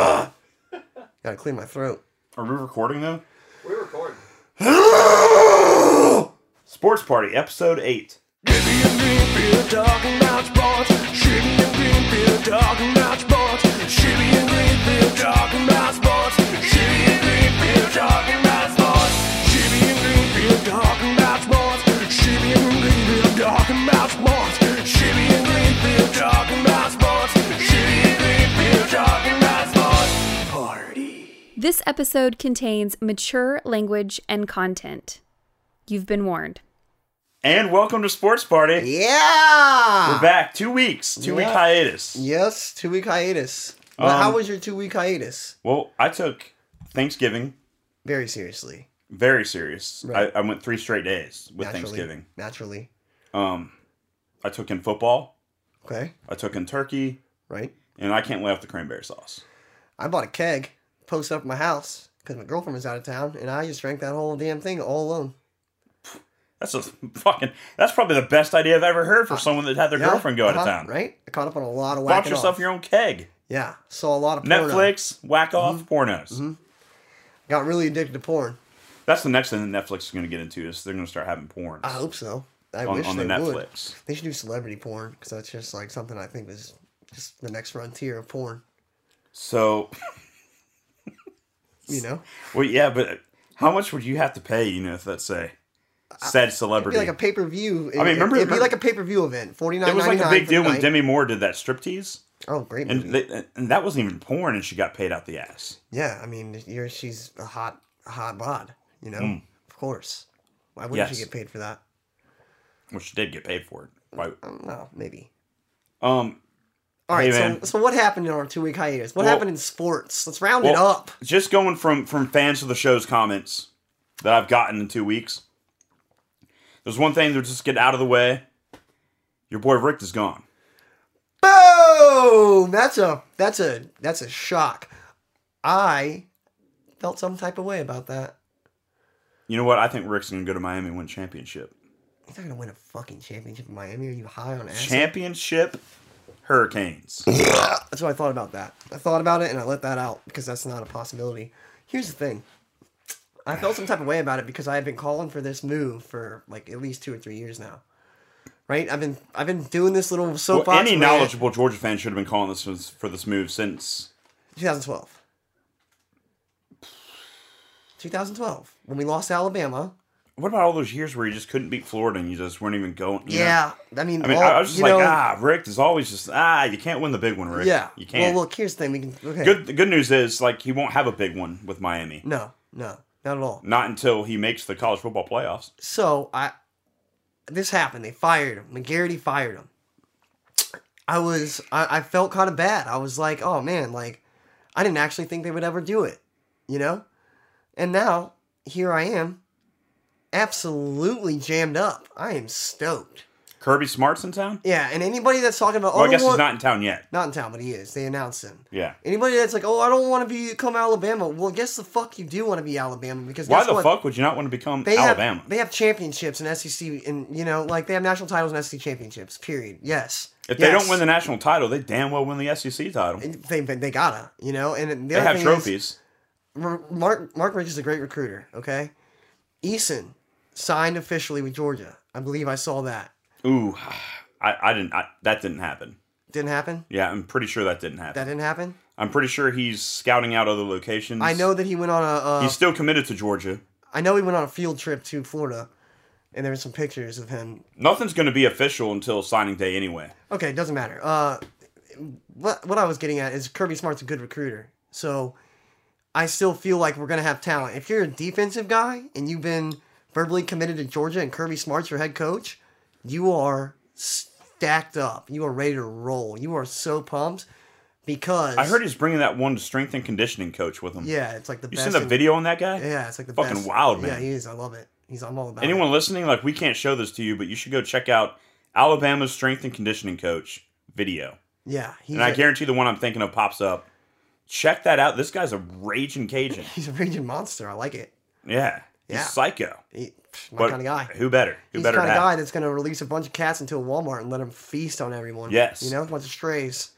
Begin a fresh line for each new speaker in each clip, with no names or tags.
Gotta clean my throat.
Are we recording though?
We're recording.
Sports Party, Episode 8.
This episode contains mature language and content. You've been warned.
And welcome to Sports Party.
Yeah.
We're back. Two weeks. Two week
Yeah.
hiatus.
Yes, two week hiatus. Well,
Um,
how was your two week hiatus?
Well, I took Thanksgiving
Very seriously.
very serious.
Right.
I, I went three straight days with Thanksgiving.
Naturally.
Um, I took in football,
Okay.
I took in turkey,
Right.
and I can't lay off the cranberry sauce.
I bought a keg, posted up at my house because my girlfriend was out of town, and I just drank that whole damn thing all alone.
That's a fucking. That's probably the best idea I've ever heard for someone that had their
Uh, Yeah?
girlfriend go out
Uh-huh,
of town.
Right. I caught up on a lot of
Bought
whacking
yourself
off.
your own keg.
Yeah. Saw a lot of porno. Mm-hmm.
Netflix, whack off pornos.
Got really addicted to porn.
That's the next thing that Netflix is going to get into. Is they're going to start having porns
I hope so. I
on,
wish
on the
they would.
Netflix.
They should do celebrity porn because that's just like something I think is just the next frontier of porn.
So,
You know,
well, yeah, but how much would you have to pay? You know, if let's say said
it'd
celebrity.
be like a pay per view. I
mean, remember-
it'd be
remember-
like a pay per view event. Forty nine.
it was like a big deal when Demi Moore did that striptease,
Oh, great movie.
and they, and that wasn't even porn, and she got paid out the ass.
yeah, I mean, you're, she's a hot, a hot bod. You know, of course. Why wouldn't she
Hmm. Yes.
get paid for that?
Well, she did get paid for it. Why-
Um, well, maybe.
Um,
All right.
Hey, man.
so, so what happened in our two week hiatus? What
Well-
happened in sports? Let's round it
well,
up.
Just going from from fans of the show's comments that I've gotten in two weeks. There's one thing to just get out of the way. Your boy Rick is gone.
Boom! That's a that's a that's a shock. I felt some type of way about that.
You know what? I think Rick's gonna go to Miami and win championship.
He's not gonna win a fucking championship in Miami. Are you high on acid?
Championship Hurricanes.
that's what I thought about that. I thought about it and I let that out because that's not a possibility. Here's the thing. I felt some type of way about it because I have been calling for this move for like at least two or three years now. Right? I've been I've been doing this little
Well,
soapbox.
any
rant-
knowledgeable Georgia fan should have been calling this was- for this move since
2012. 2012 when we lost to Alabama.
what about all those years where you just couldn't beat Florida and you just weren't even going? you know?
Yeah, I mean,
I mean,
all-
I was just
you
like,
know,
ah, Rick is always just ah, you can't win the big one, Rick.
yeah.
you can't.
Well, look, here's the thing. We can okay.
good. The good news is like he won't have a big one with Miami.
No, no, not at all.
Not until he makes the college football playoffs.
So I, this happened. They fired him. McGarity fired him. I was, I, I felt kind of bad. I was like, oh man, like, I didn't actually think they would ever do it, you know. And now here I am, absolutely jammed up. I am stoked.
Kirby Smart's in town.
Yeah, and anybody that's talking about,
Well,
oh,
I guess
want-
he's not in town yet.
not in town, but he is. They announced him.
Yeah.
Anybody that's like, oh, I don't want to be come Alabama. Well, guess the fuck you do want to be Alabama because
Why
guess
the
what?
fuck would you not want to become
they
Alabama?
have they have championships in SEC and you know like they have national titles and SEC championships. Period. Yes.
if they don't win the national title, they damn well win the SEC title.
they they they gotta you know and the
They
other
have
thing Is,
trophies.
R- Mark Mark Rich is a great recruiter. Okay, Eason signed officially with Georgia. I believe I saw that.
Ooh, I, I didn't. I, that didn't happen.
Didn't happen.
Yeah, I'm pretty sure that didn't happen.
That didn't happen.
I'm pretty sure he's scouting out other locations.
I know that he went on a. Uh,
he's still committed to Georgia.
I know he went on a field trip to Florida, and there were some pictures of him
Nothing's going to be official until signing day anyway.
Okay, it doesn't matter. Uh, what what I was getting at is Kirby Smart's a good recruiter, so I still feel like we're gonna have talent. If you're a defensive guy and you've been verbally committed to Georgia and Kirby Smart's your head coach, you are stacked up. You are ready to roll. You are so pumped because
I heard he's bringing that one strength and conditioning coach with him.
Yeah, it's like the
You
best.
seen the
in-
video on that guy?
Yeah, it's like the
Fucking
best.
wild, man.
Yeah, he is. I love it. He's. I'm all about it.
Anyone listening, like we can't show this to you, but you should go check out Alabama's strength and conditioning coach video.
Yeah, he's.
And I
a-
guarantee the one I'm thinking of pops up. Check that out. This guy's a raging Cajun.
He's a raging monster. I like it.
Yeah.
Yeah.
He's psycho.
He- pff, my
But
kind of guy.
Who better? Who
He's the
better
kind
to
of guy
have?
that's going to release a bunch of cats into a Walmart and let them feast on everyone.
Yes.
You know, bunch of strays.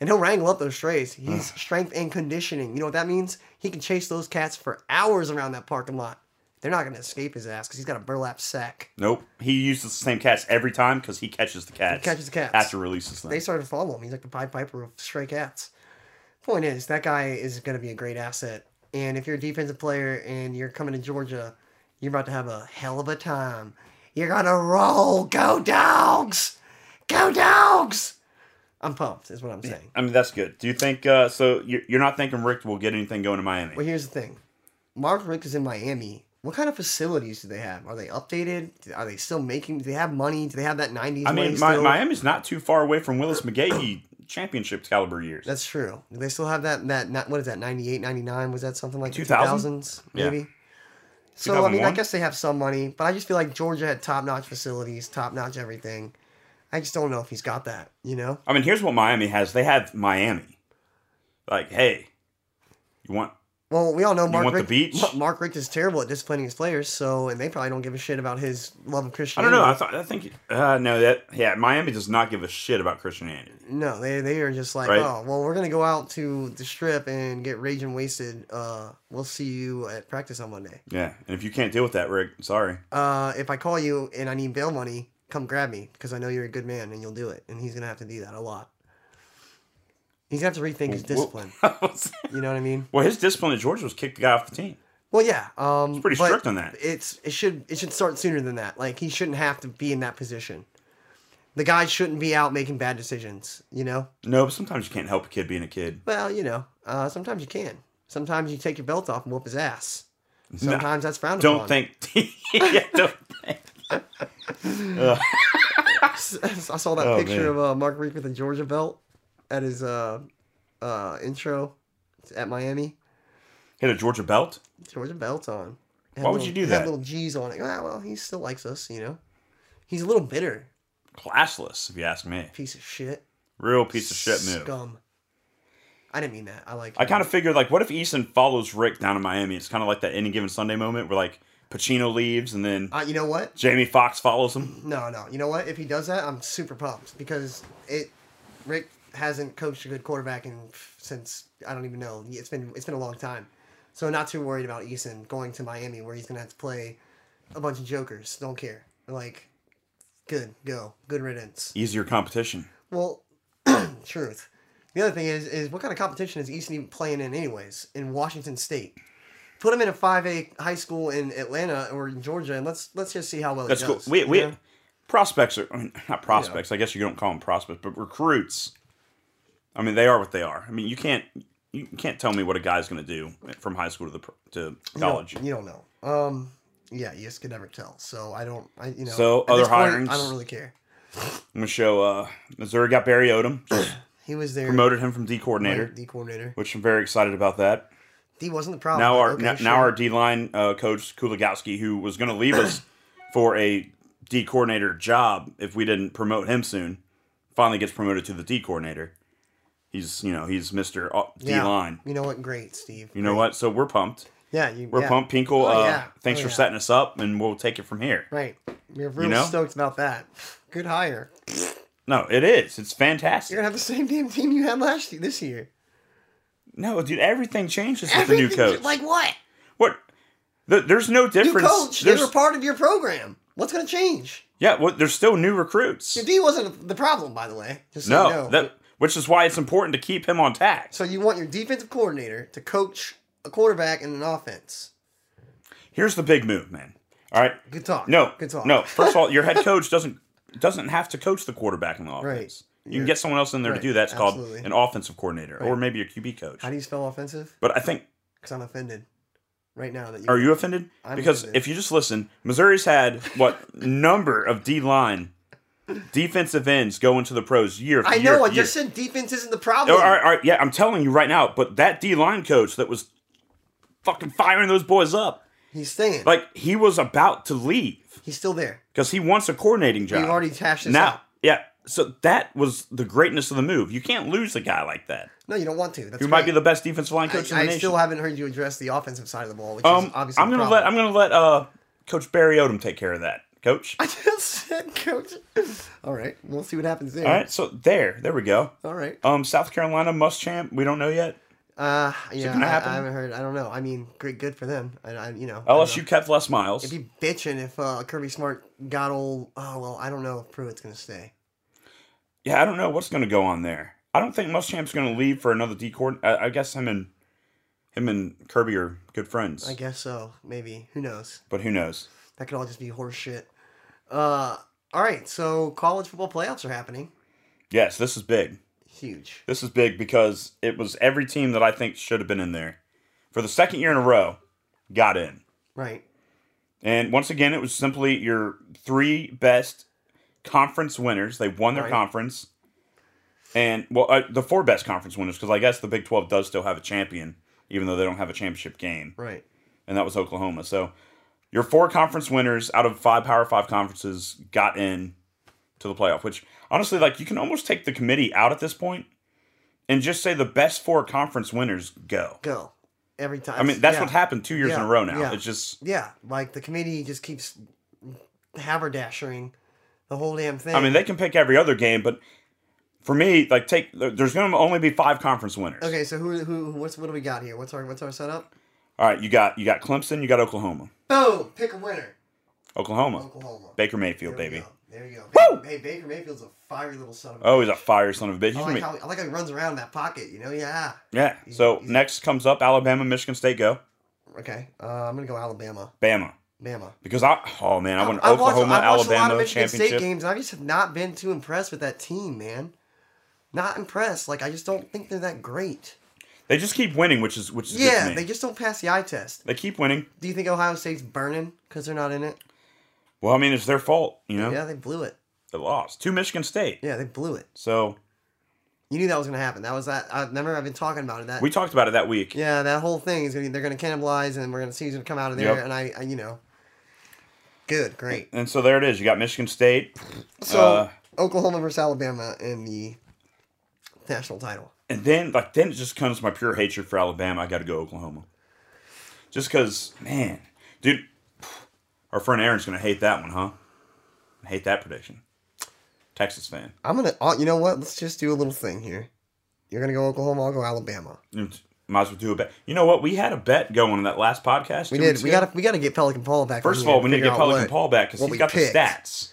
And he'll wrangle up those strays. He's strength and conditioning. You know what that means? He can chase those cats for hours around that parking lot. They're not going to escape his ass because he's got a burlap sack.
Nope. He uses the same cats every time because he catches the cats.
catches the cats.
After releases them.
They started to follow him. He's like the Pied Piper of stray cats. Point is, that guy is going to be a great asset. And if you're a defensive player and you're coming to Georgia, you're about to have a hell of a time. You're going to roll. Go, dogs! Go, dogs! I'm pumped, is what I'm saying.
I mean, that's good. Do you think, uh, so you're, you're not thinking Rick will get anything going to Miami?
Well, here's the thing Mark Rick is in Miami. What kind of facilities do they have? Are they updated? Are they still making? Do they have money? Do they have that 90s
I
money
mean, Mi-
still?
Miami's not too far away from Willis McGahee championship caliber years.
That's true. Do they still have that? That not, what is that? 98, 99? Was that something like
2000?
2000s?
Yeah.
Maybe. So I mean, I
2001?
guess they have some money, but I just feel like Georgia had top notch facilities, top notch everything. I just don't know if he's got that. You know,
I mean, here's what Miami has. They have Miami. Like, hey, you want?
well, we all know Mark
want the
Richt-
beach?
Ma- Mark Richt is terrible at disciplining his players, so and they probably don't give a shit about his love of
I
Christianity.
don't know. I thought. I think. Uh, no, that. Yeah, Miami does not give a shit about Christianity.
No, they they are just like,
Right.
oh, well, we're gonna go out to the strip and get raging wasted. Uh, we'll see you at practice on Monday.
Yeah, and if you can't deal with that, Rick, sorry.
uh, if I call you and I need bail money, come grab me because I know you're a good man and you'll do it. And he's gonna have to do that a lot. He's gonna have to rethink his discipline. You know what I mean?
well, his discipline at Georgia was kick the guy off the team.
Well, yeah. Um,
Pretty
but
strict on that.
It's it should it should start sooner than that. Like he shouldn't have to be in that position. The guy shouldn't be out making bad decisions. You know.
No, but sometimes you can't help a kid being a kid.
Well, you know. Uh, sometimes you can. Sometimes you take your belt off and whoop his ass. Sometimes that's frowned
Don't
upon.
think. yeah, don't think.
I saw that
Oh,
picture
man.
of uh, Mark Reek with a Georgia belt at his uh, uh, intro at Miami.
Hit a Georgia belt.
Georgia belt on. Had
Why would
little-
you do
had
that?
Little G's on it. Ah, well, he still likes us, you know. He's a little bitter,
Classless, if you ask me.
piece of shit.
Real piece of shit move.
Scum. I didn't mean that. I like.
I
him.
kind of figured like, what if Easton follows Rick down to Miami? It's kind of like that any given Sunday moment where like Pacino leaves and then
Uh, you know what?
Jamie Foxx follows him.
No, no. You know what? If he does that, I'm super pumped because it. Rick hasn't coached a good quarterback in since I don't even know. It's been it's been a long time, so not too worried about Eason going to Miami where he's gonna have to play a bunch of jokers. Don't care. Like, good go, good riddance.
Easier competition.
Well, truth. The other thing is, is what kind of competition is Easton even playing in, anyways? In Washington State, put him in a five A high school in Atlanta or in Georgia, and let's let's just see how well
That's
he
cool.
does.
We
you
we
know?
prospects are I mean, not prospects. I guess you don't call them prospects, but recruits. I mean, they are what they are. I mean, you can't you can't tell me what a guy's going to do from high school to the pro- to college.
You don't, you don't know. Um, yeah, you just can never tell. So I don't. I you know.
So,
at this
other
point, I
hirings?
don't really care.
I'm going to show uh, Missouri got Barry Odom,
He was there.
promoted him from D coordinator,
like, D coordinator.
which I'm very excited about that.
D wasn't the problem.
now our
Oh, Okay,
now,
sure.
now our D line uh, coach Kuligowski, who was going to leave us for a D coordinator job if we didn't promote him soon, finally gets promoted to the D coordinator. He's you know he's Mister uh, D
Yeah.
line.
You know what? Great, Steve.
You know what? So we're pumped.
Yeah, you,
We're
yeah.
pumped, Pinkle.
Oh,
uh,
yeah.
Thanks
Oh,
for
yeah.
setting us up, and we'll take it from here.
Right. You're real
know?
stoked about that. Good hire.
No, it is. It's fantastic.
You're gonna have the same damn team you had last year this year.
no, dude, everything changes with the new
Everything's-
coach.
Like what?
what? Th- There's no
New
difference.
coach. They
There's-
were part of your program. What's gonna change?
yeah, well, there's still new recruits.
Your D wasn't the problem, by the way. Just so
no,
you know.
that, which is why it's important to keep him on task.
So you want your defensive coordinator to coach a quarterback and an offense.
Here's the big move, man. All right.
Good talk.
No.
Good talk.
No. First of all, your head coach doesn't doesn't have to coach the quarterback in the offense. You can get someone else in there
Right.
to do that. It's
Absolutely.
called an offensive coordinator or maybe a QB coach.
How do you spell offensive?
But I think
Because I'm offended right now that you.
are you offended?
I'm
because
offended.
if you just listen, Missouri's had what number of D line defensive ends go into the pros year after
I know.
year
I
after year.
just said defense isn't the
All
problem.
right, all right, all right, yeah, I'm telling you right now. But that D line coach that was fucking firing those boys up,
He's staying.
like he was about to leave.
He's still there.
because he wants a coordinating job.
We've already hashed this
now,
out.
yeah. So that was the greatness of the move. You can't lose a guy like that,
No, you don't want to. That's
who might
great.
be the best defensive line coach
I,
in the
I
nation.
still haven't heard you address the offensive side of the ball, which is
um, I'm
obviously. the
gonna let
problem.
I'm gonna let uh, Coach Barry Odom take care of that, Coach.
I just said, coach. All right, we'll see what happens there.
All right, so there, there we go.
All right.
Um, South Carolina Muschamp, we don't know yet.
Uh, yeah,
gonna
I,
happen?
I haven't heard. I don't know. I mean, great, good for them. I, I you know. I don't
LSU kept Les Miles.
know. It'd be bitching if uh, Kirby Smart got old. Oh well, I don't know if Pruitt's gonna stay.
Yeah, I don't know what's going to go on there. I don't think Muschamp's going to leave for another D court. I, I guess him and him and Kirby are good friends,
I guess so. Maybe. Who knows?
but who knows?
That could all just be horse shit. Uh, all right. So college football playoffs are happening.
Yes, this is big.
Huge.
This is big because it was every team that I think should have been in there for the second year in a row got in,
Right.
and once again it was simply your three best conference winners. They won their
Right.
conference, and well, uh, the four best conference winners because I guess the Big Twelve does still have a champion, even though they don't have a championship game.
Right.
and that was Oklahoma. So your four conference winners out of five Power Five conferences got in to the playoff, which honestly, like you can almost take the committee out at this point and just say the best four conference winners go.
Go. Every time.
I mean, that's
yeah.
what's happened two years in a
Yeah,
row now.
yeah.
It's just,
Yeah. Like the committee just keeps haberdashering the whole damn thing.
I mean, they can pick every other game, but for me, like, take there- there's going to only be five conference winners.
Okay, so who who what's what do we got here? What's our what's our setup?
All right, you got you got Clemson, you got Oklahoma,
Boom! Pick a winner.
Oklahoma,
Oklahoma.
Baker
There
Mayfield,
we
baby.
go. There you go.
Woo!
Hey, Baker Mayfield's a fiery little son of a.
Oh, he's a fire son of a bitch. He's
I
gonna
like
be-
how I like how he runs around in that pocket. You know, yeah.
yeah. So
he's-
next comes up Alabama, Michigan State. Go,
Okay, uh, I'm gonna go Alabama.
Bama.
Bama.
Because I, oh man, I went
I've watched-
Oklahoma,
I've watched
Alabama
Michigan State
championship.
games. and I just have not been too impressed with that team, man. Not impressed. Like I just don't think they're that great.
They just keep winning, which is which is good to
Yeah,
me.
they
They,
just don't pass the eye test.
keep winning.
Do you think Ohio State's burning because they're not in it?
Well, I mean, it's their fault, you know.
Yeah, they blew it.
They lost to Michigan State,
Yeah, they blew it.
so
You knew that was gonna happen. That was that. I remember I've been talking about it. That
we talked about it that week.
yeah, that whole thing is gonna be, they're gonna cannibalize and we're gonna see who's gonna come out of there.
Yep.
And I, I, you know, good, great.
And so there it is. You got Michigan State
So
Uh,
Oklahoma versus Alabama in the national title.
And then, like, then it just comes my pure hatred for Alabama. I got to go Oklahoma, just because, man, dude, our friend Aaron's gonna hate that one, huh? Hate that prediction. Texas fan.
I'm gonna, uh, you know what? Let's just do a little thing here. You're gonna go Oklahoma. I'll go Alabama.
Mm, Might as well do a bet. You know what? We had a bet going on that last podcast.
We
two
did.
weeks
We
ago.
gotta, we gotta get Pelican Paul back. on
First of
here
all, we need to
figure
get
out
Pelican
what
Paul back because
what
he's
we
got
picked.
the stats.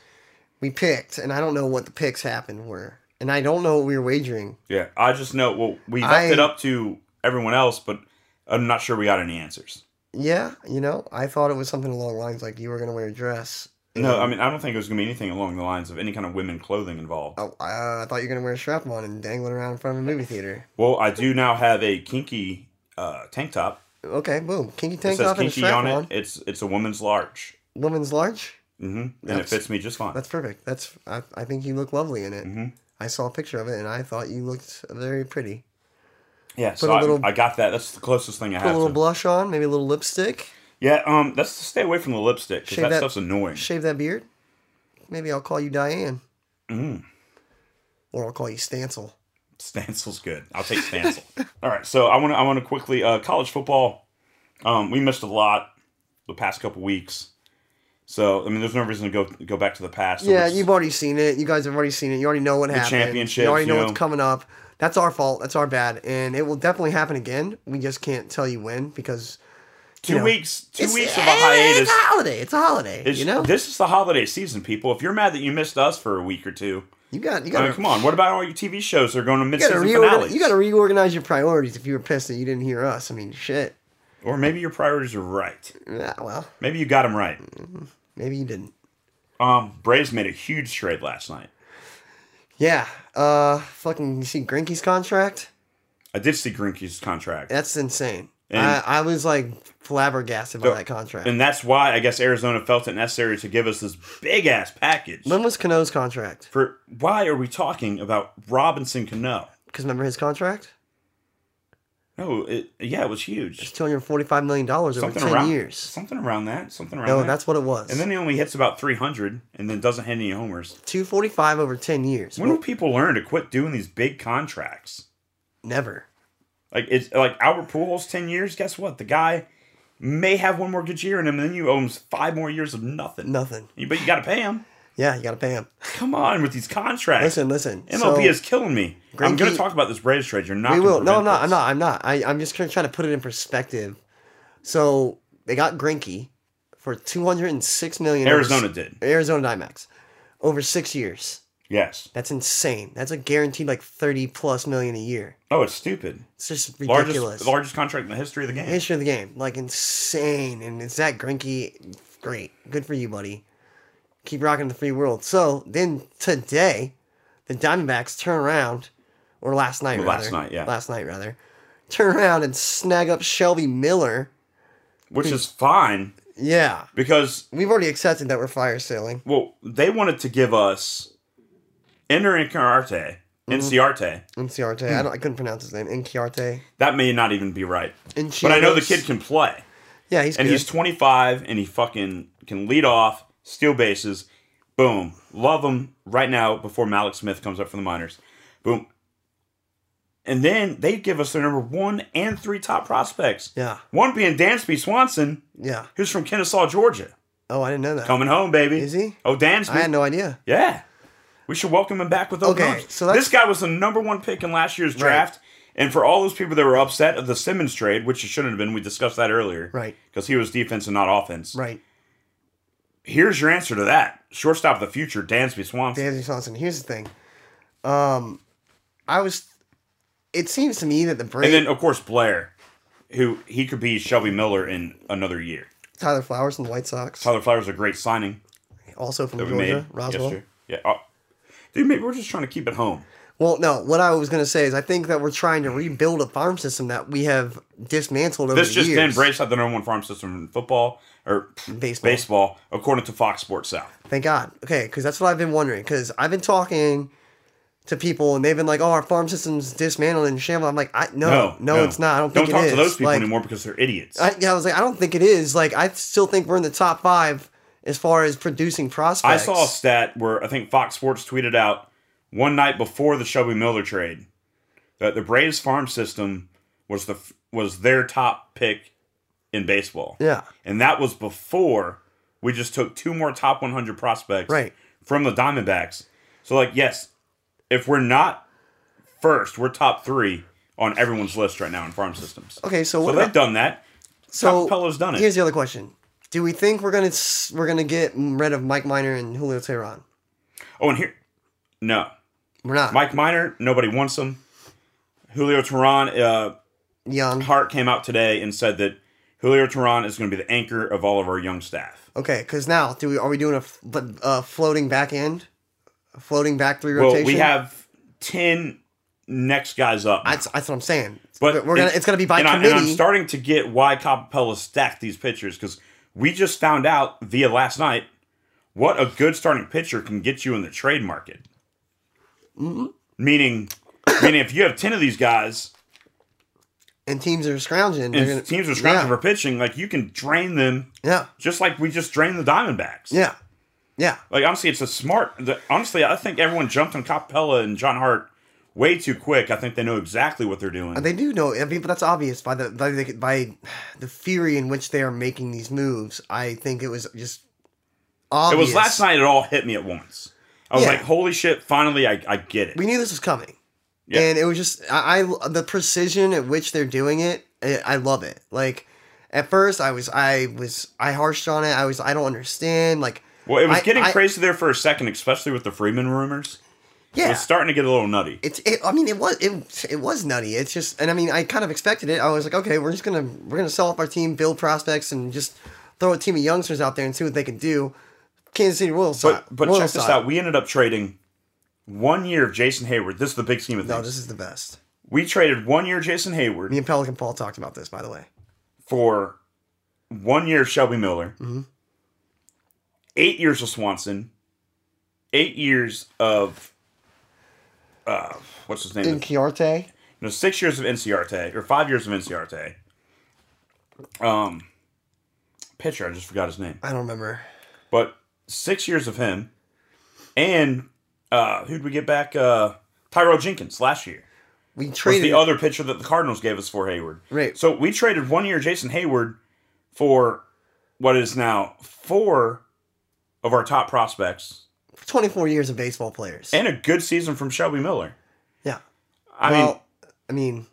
We picked, and I don't know what the picks happened were, and I don't know what we were wagering.
Yeah, I just know. Well, we left
I-
it up to everyone else, but I'm not sure we got any answers.
Yeah, you know, I thought it was something along the lines like you were gonna wear a dress.
No, I mean, I don't think it was going to be anything along the lines of any kind of women clothing involved.
Oh, uh, I thought you were gonna wear a strap on and dangle it around in front of a movie theater.
Well, I do now have a kinky uh, tank top.
Okay, boom. Kinky
It
tank
says
top and a
kinky
strap
on
on.
it. It's it's a woman's large,
Woman's large.
hmm and it
That's-
fits me just fine.
That's perfect. That's I, I think you look lovely in it.
Mhm.
I saw a picture of it and I thought you looked very pretty.
Yeah, so
a
I,
little-
I got that. That's the closest thing I
Put a
have.
little
to-
blush on, maybe a little lipstick.
yeah, um, that's to stay away from the lipstick because
Shave
that,
that-
stuff's annoying.
Shave that beard. Maybe I'll call you Diane.
Mm.
Or I'll call you Stancil.
Stansel's good. I'll take Stansel. All right, so I want to I want to quickly uh, college football. Um, we missed a lot the past couple weeks, so I mean, there's no reason to go go back to the past. So
yeah,
we're just-
you've already seen it. You guys have already seen it. You already know what happened.
championships,
You already know
you know.
what's coming up. That's our fault. That's our bad. And it will definitely happen again. We just can't tell you when because
two
you know,
weeks two
it's-
weeks of a
eh, It's
hiatus.
a holiday. It's a holiday.
It's-
you know,
this is the holiday season, people. If you're mad that you missed us for a week or two,
you got you
I
got
mean, come on. What about all your TV shows that are going to
You gotta,
mid-season
reorganize,
finales?
you gotta reorganize your priorities if you were pissed that you didn't hear us. I mean, shit.
Or maybe your priorities are right.
Yeah, well,
Maybe you got them right.
maybe you didn't.
Um, Braves made a huge trade last night.
Yeah. Uh, fucking, you see Grinky's contract?
I did see Grinky's contract.
That's insane.
And-
I, I was like flabbergasted by
The-
that contract.
And that's why I guess Arizona felt it necessary to give us this big ass package.
when was Cano's contract?
For why are we talking about Robinson Cano?
Because remember his contract?
No, it, yeah, it was huge.
It's two hundred forty-five million dollars over
Something
ten
around
years.
Something around that. Something around
No,
that.
that's what it was.
and then he only hits about 300 and then doesn't hit any homers.
two forty-five over ten years.
When will people learn to quit doing these big contracts?
Never.
Like it's like Albert Pujols 10 years, guess what? The guy may have one more good year in him and then you owe him 5 more years of nothing.
Nothing.
You but you got to pay him.
Yeah, you gotta pay him.
Come on with these contracts.
Listen, listen.
MLB
So,
is killing me. I'm going
Greinke-
to talk about this Braves trade. You're not
We
gonna
will. No, I'm
prevent
not. I'm
this.
not. I'm not. I, I'm just trying to put it in perspective. So they got Grinky for two hundred and six million. over
Arizona
s-
did.
Arizona Dimex over six years.
Yes.
That's insane. That's a guaranteed like thirty plus million a year.
Oh, it's stupid.
It's just
Largest
ridiculous.
largest contract in the history of the game.
history of the game, like insane. And it's that Grinky, great, good for you, buddy. Keep rocking the free world. So then today, the Diamondbacks turn around, or last night,
Well,
rather,
last night, yeah.
last night rather, turn around and snag up Shelby Miller.
Which is fine
Yeah,
because
we've already accepted that we're fire sailing.
Well, they wanted to give us Ender Encarte,
Mm-hmm.
Enciarte.
Inciarte,
Hmm.
I don't, I couldn't pronounce his name. Inciarte.
E. That may not even be right.
Inciarte.
But I know the kid can play.
Yeah, he's
And
good.
he's 25 and he fucking can lead off, steal bases. Boom. Love him right now before Malik Smith comes up from the minors. Boom. And then they give us their number one and three top prospects.
yeah,
One being Dansby Swanson,
yeah.
who's from Kennesaw, Georgia.
Oh, I didn't know that.
Coming home, baby.
Is he?
Oh, Dansby.
I had no idea.
Yeah. We should welcome him back with open
Okay,
arms.
so that's-
this guy was the number one pick in last year's draft. And for all those people that were upset of the Simmons trade, which it shouldn't have been, we discussed that earlier.
Right.
Because he was defense and not offense.
Right.
Here's your answer to that. Shortstop of the future, Dansby Swanson.
Dansby Swanson. Here's the thing. Um, I was. It seems to me that the Braves,
And then, of course, Blair, who he could be Shelby Miller in another year.
Tyler Flowers and the White Sox,
Tyler Flowers a great signing
also from
that we
Georgia,
made
Roswell.
yesterday. Yeah. Oh. Dude, maybe we're just trying to keep it home.
Well, no. What I was gonna say is, I think that we're trying to rebuild a farm system that we have dismantled over
This
the
just
years.
then, Braves had the number one farm system in football or
Baseball.
baseball, according to Fox Sports South.
Thank God. Okay, because that's what I've been wondering. Because I've been talking to people and they've been like, "Oh, our farm system's dismantled and shambled." I'm like, "I no, no, it's not. I don't think
talk
it is."
to those people
Like,
anymore because they're idiots. I,
I, yeah, I was like, I don't think it is. Like, I still think we're in the top five as far as producing prospects.
saw a stat where I think Fox Sports tweeted out one night before the Shelby Miller trade that the Braves farm system was the f- was their top pick in baseball.
Yeah.
And that was before we just took two more top 100 prospects
Right.
from the Diamondbacks. So like yes, if we're not first, we're top 3 on everyone's list right now in farm systems.
Okay, so
So
what?
they've
about,
done that.
so
Capella's done it.
Here's the other question: Do we think we're gonna s- we're gonna get rid of Mike Miner and Julio Tehran?
Oh, and here no.
We're not.
Mike Miner, nobody wants him. Julio Tehran, uh,
Young.
Hart came out today and said that Julio Tehran is going to be the anchor of all of our young staff.
Okay, because now do we are we doing a, f- but a floating back end, a floating back three
Well,
rotation?
we have 10 next guys up.
That's, that's what I'm saying.
but
we're gonna it's gonna be by
and I,
committee.
and I'm starting to get why Capella stacked these pitchers because we just found out via last night what a good starting pitcher can get you in the trade market.
Mm-hmm.
Meaning, meaning if you have 10 of these guys –
and teams are scrounging.
and
They're gonna,
teams are scrounging
yeah,
for pitching, like you can drain them
yeah,
just like we just drained the Diamondbacks.
yeah, yeah.
Like honestly, it's a smart. The, honestly, I think everyone jumped on Capella and John Hart way too quick. I think they know exactly what they're doing.
They do know. I mean, but that's obvious by the by the by the fury in which they are making these moves. I think it was just
it
obvious.
was last night. It all hit me at once. I was
Yeah.
like, "Holy shit! Finally, I, I get it."
We knew this was coming,
Yeah.
and it was just I, I the precision at which they're doing it. I, I love it. Like at first, I was I was I harshed on it. I was I don't understand. Like
well, it was
I-
getting
I-
crazy there for a second, especially with the Freeman rumors. It
yeah,
was starting to get a little nutty.
it's it, I mean it was it, it was nutty. It's just and I mean I kind of expected it. I was like, okay, we're just gonna we're gonna sell off our team, build prospects, and just throw a team of youngsters out there and see what they can do. Kansas City Royals, side-
But but
Royals
check this
side.
out. We ended up trading one year of Jason Hayward. This is the big scheme of things.
No, this is the best.
we traded one year of Jason Hayward.
Me and Pelican Paul talked about this, by the way.
for one year of Shelby Miller, eight years of Swanson, eight years of uh, what's his name?
In Kiarte,
you know, six years of NCRT or five years of NCRT. Um, pitcher, I just forgot his name,
I don't remember.
but six years of him, and uh, who'd we get back? Uh, Tyrell Jenkins last year
We
was the
traded.
other pitcher that the Cardinals gave us for Hayward.
Right.
So we traded one year Jason Hayward for what is now four of our top prospects
24 years of baseball players.
and a good season from Shelby Miller.
yeah.
I
well,
mean,
I mean,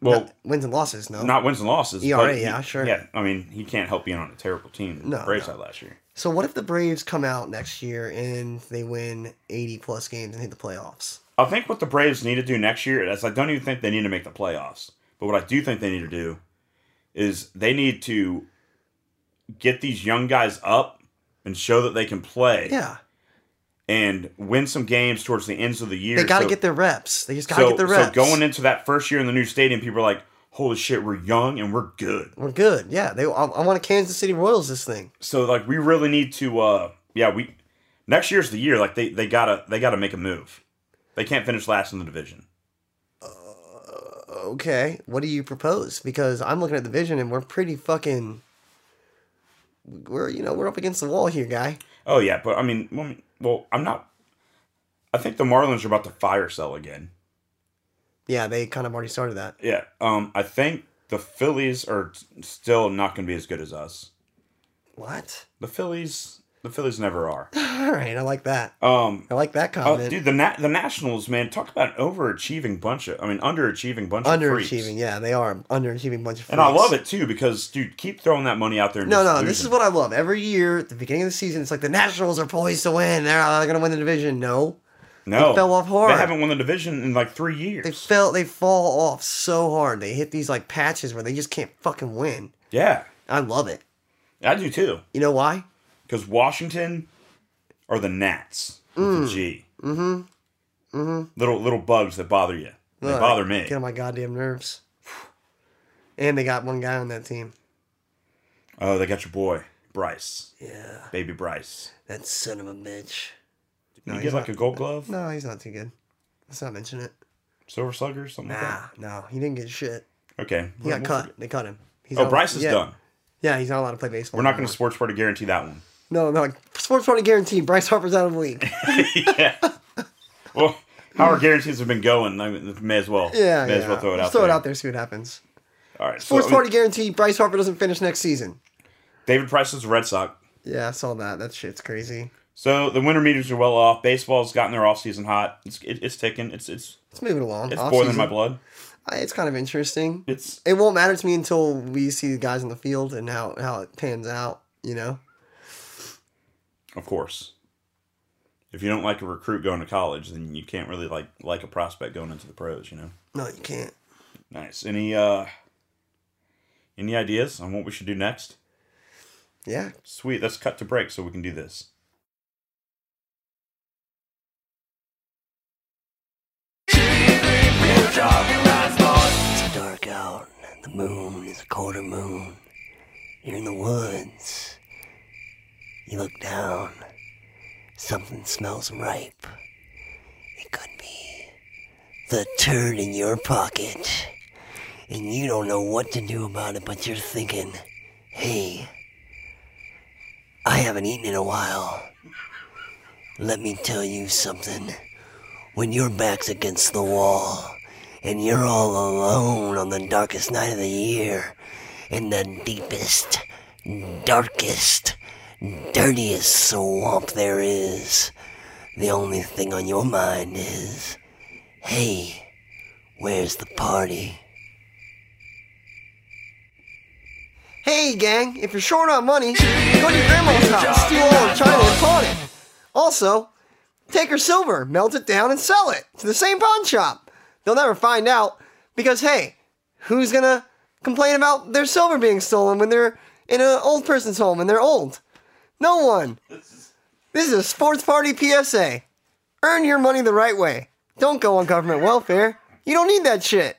well,
not- wins and losses, no.
not wins and losses.
ERA,
but he-
yeah, sure.
Yeah, I mean, he can't help being on a terrible team. that
No,
the Braves
no.
had last year.
So what if the Braves come out next year and they win 80 plus games and hit the playoffs?
I think what the Braves need to do next year is I don't even think they need to make the playoffs. But what I do think they need to do is they need to get these young guys up and show that they can play
Yeah.
and win some games towards the ends of the year.
They got to
So-
get their reps. They just got to
so,
get their
so
reps.
going into that first year in the new stadium, people are like, "Holy shit, we're young and we're good."
We're good. Yeah. They. I, I want a Kansas City Royals this thing.
So like, we really need to, uh yeah, we next year's the year. Like they they gotta they gotta make a move. They can't finish last in the division.
Okay. What do you propose? Because I'm looking at the vision and we're pretty fucking. We're you know we're up against the wall here, guy.
Oh yeah, but I mean, well, I mean- well, I'm not. I think the Marlins are about to fire sell again.
Yeah, they kind of already started that.
Yeah, um, I think the Phillies are t- still not going to be as good as us.
What?
The Phillies, the Phillies never are.
All right, I like that.
Um,
I like that
Oh,
comment.
dude, the Na- the Nationals, man, talk about an overachieving bunch of, I mean, underachieving bunch of freaks.
underachieving. Yeah, they are underachieving bunch of.
And I
freaks.
love it too because, dude, keep throwing that money out there. And
No,
just
no, this
losing.
is what I love. Every year, at the beginning of the season, it's like the Nationals are poised to win. They're, uh, going to win the division. No,
no
they fell off hard.
They haven't won the division in like three years.
they fell. They fall off so hard. They hit these like patches where they just can't fucking win.
yeah,
I love it.
I do too.
You know why?
Because Washington are the Nats with
Mm.
the G. Mm-hmm. Mm-hmm. Little little bugs that bother you. They
Ugh,
bother me.
Get on my goddamn nerves. And they got one guy on that team.
Oh, they got your boy Bryce,
Yeah,
baby Bryce.
that son of a bitch.
Did he
he's
get like
not-
a Gold Glove,
No, he's not too good. Let's not mention it.
Silver Slugger, something like
Nah,
that?
no, he didn't get shit.
Okay.
He got cut. They cut him. He's
Oh,
not-
Bryce is
yeah.
done.
Yeah, he's not allowed to play baseball.
We're not
anymore.
going to sports bar to guarantee that one.
No, no. Sports want to guarantee Bryce Harper's out of the league.
yeah. Well, how our guarantees have been going, I mean, may as well.
Yeah,
may
yeah.
as well throw it
Just
out.
throw
there.
it out there, see what happens.
All right.
Sports
so,
party guarantee Bryce Harper doesn't finish next season.
David Price is a Red Sox.
Yeah, I saw that. That shit's crazy.
So the winter meters are well off. Baseball's gotten their offseason hot. It's it, it's ticking. It's it's
Let's move it along.
it's
Off
boiling in
season.
my
I-
blood.
It's kind of interesting.
It's
It won't matter to me until we see the guys on the field and how how it pans out. You know.
of course. If you don't like a recruit going to college, then you can't really like like a prospect going into the pros. You know.
No, you can't.
Nice. Any uh. Any ideas on what we should do next?
Yeah.
Sweet. Let's cut to break so we can do this.
It's dark out. The moon is a quarter moon. You're in the woods. You look down. Something smells ripe. It could be the turd in your pocket. And you don't know what to do about it, but you're thinking, hey, I haven't eaten in a while. Let me tell you something. When your back's against the wall, and you're all alone on the darkest night of the year, in the deepest, darkest, dirtiest swamp there is, the only thing on your mind is, hey, where's the party? Hey, gang, if you're short on money, go to your grandma's house, steal all her china and pawn it. Also, take her silver, melt it down, and sell it to the same pawn shop. They'll never find out because, hey, who's gonna complain about their silver being stolen when they're in an old person's home and they're old? No one. This is a sports party PSA. Earn your money the right way. Don't go on government welfare. You don't need that shit.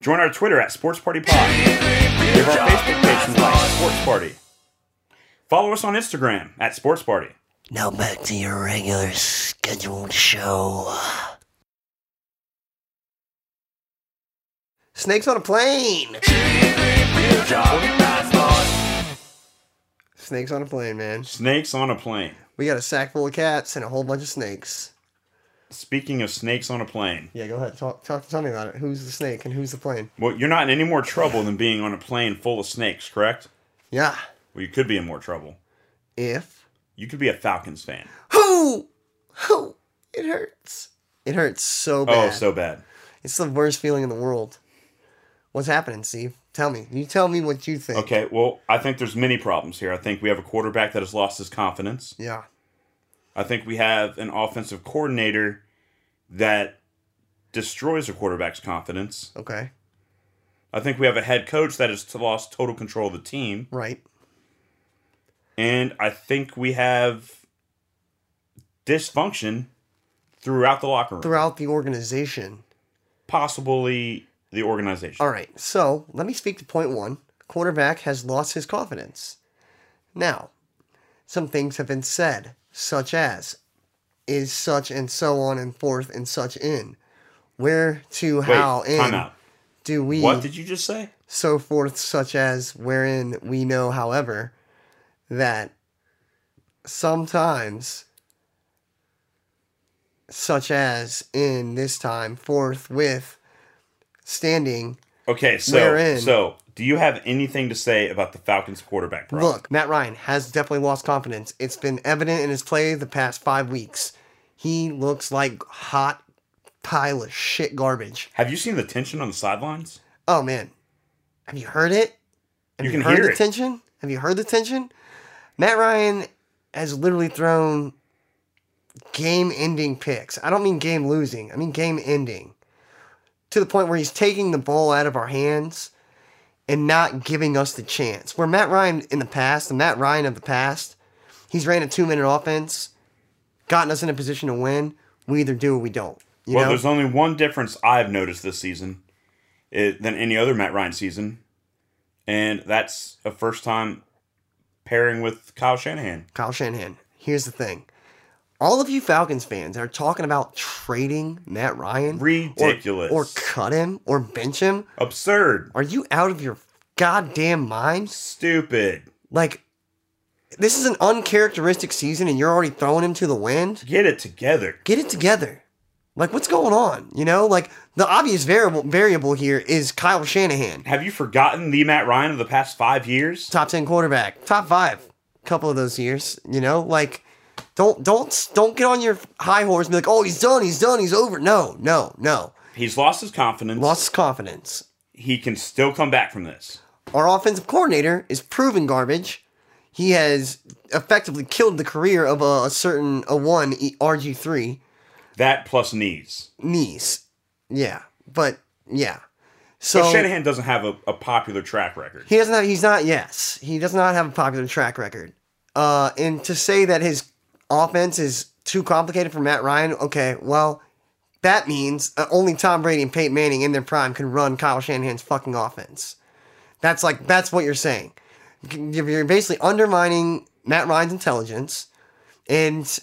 Join our Twitter at Sports Party Pod. Give our Facebook page some likes, Sports Party. Follow us on Instagram at Sports Party.
Now back to your regular scheduled show. Snakes on a plane. Snakes on a plane, man.
Snakes on a plane.
We got a sack full of cats and a whole bunch of snakes.
Speaking of snakes on a plane,
Yeah, go ahead. Talk, talk, tell me about it. Who's the snake and who's the plane?
well, you're not in any more trouble than being on a plane full of snakes, correct?
Yeah.
Well, you could be in more trouble.
If.
You could be a Falcons fan.
Who? Who? It hurts. It hurts so bad.
Oh, so bad.
It's the worst feeling in the world. What's happening, Steve? Tell me. You tell me what you think.
Okay, well, I think there's many problems here. I think we have a quarterback that has lost his confidence.
Yeah.
I think we have an offensive coordinator that destroys a quarterback's confidence.
Okay.
I think we have a head coach that has t- lost total control of the team.
Right.
And I think we have dysfunction throughout the locker room,
Throughout the organization.
possibly the organization.
All right. So let me speak to point one. Quarterback has lost his confidence. Now, some things have been said, such as is such and so on and forth and such in. Where to
Wait,
how in
time out.
do we
What did you just say?
so forth, such as wherein we know, however, that sometimes, such as in this time, forthwith, standing.
Okay,
We're
so
in.
so do you have anything to say about the Falcons quarterback problem?
Look, Matt Ryan has definitely lost confidence. It's been evident in his play the past five weeks. He looks like hot pile of shit garbage.
Have you seen the tension on the sidelines?
Oh man, have you heard it? Have
You
you,
can
heard
hear
the
it.
tension? Have you heard the tension? Matt Ryan has literally thrown game-ending picks. I don't mean game losing. I mean game-ending. To the point where he's taking the ball out of our hands and not giving us the chance. Where Matt Ryan in the past, the Matt Ryan of the past, he's ran a two-minute offense, gotten us in a position to win. We either do or we don't. You
well,
know?
there's only one difference I've noticed this season eh, than any other Matt Ryan season, and that's a first time pairing with Kyle Shanahan.
Kyle Shanahan. Here's the thing. All of you Falcons fans that are talking about trading Matt Ryan. or-
Ridiculous.
Or, cut him or bench him.
Absurd,
Are you out of your goddamn minds?
stupid.
Like, this is an uncharacteristic season and you're already throwing him to the wind?
Get it together.
Get it together. Like, what's going on? You know, like, the obvious variable, variable here is Kyle Shanahan.
Have you forgotten the Matt Ryan of the past five years?
top 10 quarterback, top 5 couple of those years, you know? Like don't don't don't get on your high horse and be like, "Oh, he's done, he's done, he's over." No, no, no.
He's lost his confidence.
Lost his confidence.
He can still come back from this.
Our offensive coordinator is proven garbage. He has effectively killed the career of a, a certain a one E, RG3
That plus knees.
niece. Yeah, but yeah. So
But Shanahan doesn't have a, a popular track record.
He doesn't. Have, he's not. Yes, he does not have a popular track record. Uh, and to say that his offense is too complicated for Matt Ryan, okay, well, that means uh, only Tom Brady and Peyton Manning in their prime can run Kyle Shanahan's fucking offense. That's like that's what you're saying. You're you're basically undermining Matt Ryan's intelligence, and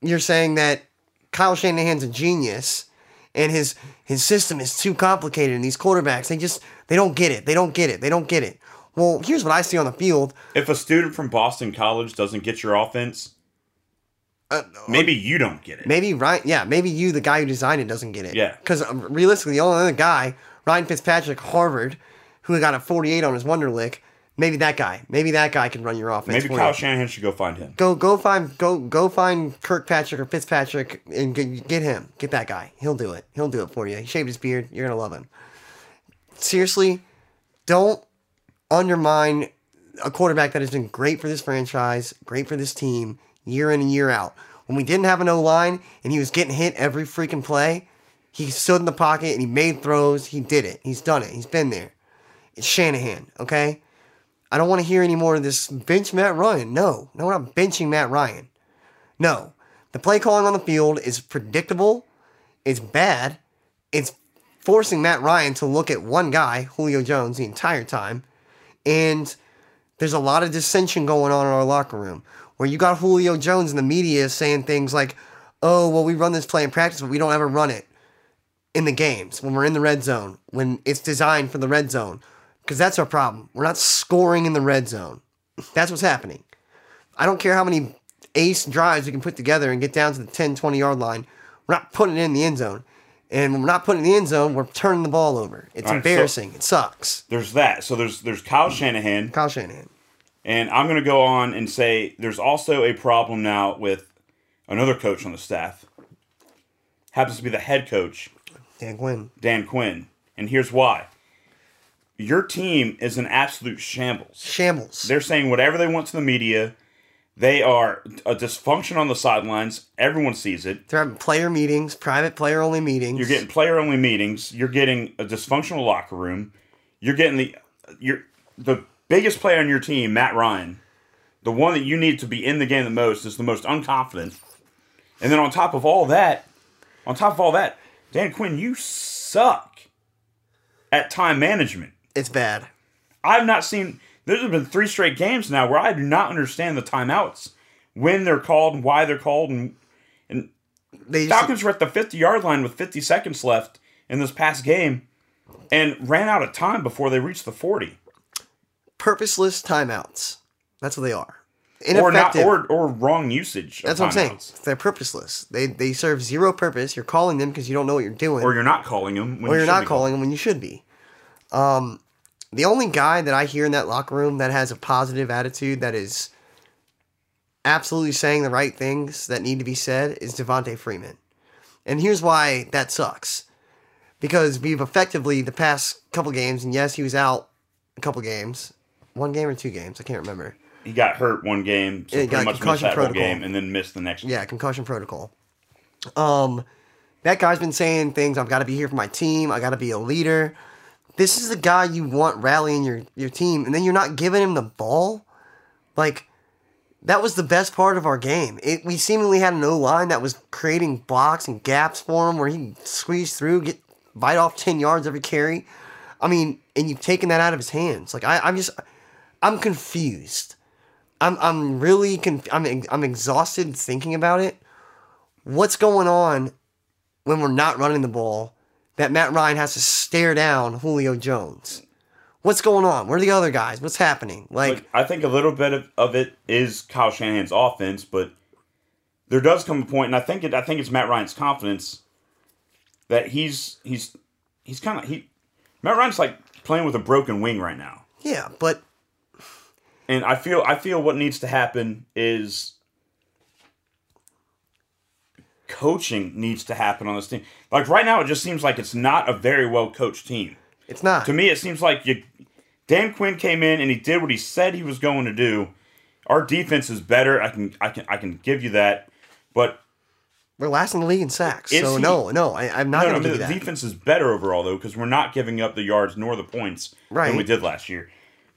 you're saying that Kyle Shanahan's a genius, and his his system is too complicated. And these quarterbacks, they just they don't get it. They don't get it. They don't get it. Well, here's what I see on the field.
If a student from Boston College doesn't get your offense, maybe you don't get it.
Uh, Maybe Ryan, yeah, maybe you, the guy who designed it, doesn't get it.
Yeah.
Because realistically, the only other guy, Ryan Fitzpatrick, Harvard, who got a 48 on his Wonderlick, maybe that guy, maybe that guy can run your offense.
Maybe
for you.
Kyle Shanahan should go find him.
go go find go go find Kirkpatrick or Fitzpatrick and g- get him. Get that guy. He'll do it. He'll do it for you. He shaved his beard. You're gonna love him. Seriously, don't undermine a quarterback that has been great for this franchise, great for this team, year in and year out. When we didn't have an O line and he was getting hit every freaking play, he stood in the pocket and he made throws. He did it. He's done it. He's been there. It's Shanahan, okay? I don't want to hear any more of this bench Matt Ryan. No, no, we're not benching Matt Ryan. No, the play calling on the field is predictable, it's bad, it's forcing Matt Ryan to look at one guy, Julio Jones, the entire time, and there's a lot of dissension going on in our locker room where you got Julio Jones in the media saying things like, "Oh, well, we run this play in practice, but we don't ever run it." in the games when we're in the red zone, when it's designed for the red zone, because that's our problem. We're not scoring in the red zone. That's what's happening. I don't care how many ace drives we can put together and get down to the 10, 20 yard line. We're not putting it in the end zone. And when we're not putting it in the end zone, we're turning the ball over. It's
All right, so-
embarrassing. it sucks.
There's that. So there's there's Kyle Shanahan,
Kyle Shanahan.
and I'm going to go on and say there's also a problem now with another coach on the staff. Happens to be the head coach,
Dan Quinn.
Dan Quinn, and here's why. Your team is an absolute shambles.
Shambles.
They're saying whatever they want to the media. They are a dysfunction on the sidelines. Everyone sees it.
They're having player meetings, private player only meetings.
You're getting player only meetings. You're getting a dysfunctional locker room. You're getting the you're the biggest player on your team, Matt Ryan, the one that you need to be in the game the most is the most unconfident. And then on top of all that, on top of all that, Dan Quinn, you suck at time management.
it's bad.
I've not seen. There's been three straight games now where I do not understand the timeouts, when they're called and why they're called. And
They just,
Falcons were at the 50 yard line with 50 seconds left in this past game, and ran out of time before they reached the 40,
purposeless timeouts. That's what they are.
or not,
Ineffective.
or or wrong usage. Of
That's what I'm saying.
timeouts.
They're purposeless. They they serve zero purpose. You're calling them because you don't know what you're doing,
Or
or
you're not calling them. When
you're,
you should
not
be calling.
calling them when you should be. Um, the only guy that I hear in that locker room that has a positive attitude that is absolutely saying the right things that need to be said is Devontae Freeman. And here's why that sucks. Because we've effectively the past couple games, and yes, he was out a couple games, one game or two games, I can't remember.
He got hurt one game, so
Yeah, he got
pretty much missed
concussion
that whole
protocol.
game, and then missed the next.
Yeah, concussion protocol. Um, that guy's been saying things. I've got to be here for my team. I got to be a leader. This is the guy you want rallying your your team, and then you're not giving him the ball. Like that was the best part of our game. It, we seemingly had an O line that was creating blocks and gaps for him, where he squeezed through, get bite off ten yards every carry. I mean, and you've taken that out of his hands. Like I, I'm just, I'm confused. I'm I'm really conf- I'm ex- I'm exhausted thinking about it. What's going on when we're not running the ball that Matt Ryan has to stare down Julio Jones? What's going on? Where are the other guys? What's happening? Like,
Like, I think a little bit of, of it is Kyle Shanahan's offense, but there does come a point, and I think it, I think it's Matt Ryan's confidence that he's he's he's kind of he Matt Ryan's like playing with a broken wing right now,
yeah, but
and I feel I feel what needs to happen is coaching needs to happen on this team. Like right now, it just seems like it's not a very well coached team.
it's not.
to me, it seems like you, Dan Quinn came in and he did what he said he was going to do. Our defense is better. I can I can I can give you that, but
We're last in the league in sacks.
Is
So
he-
no, no, I, I'm not
no,
going
no, I
to
mean,
do
the
that.
defense is better overall though because we're not giving up the yards nor the points
Right.
than we did last year.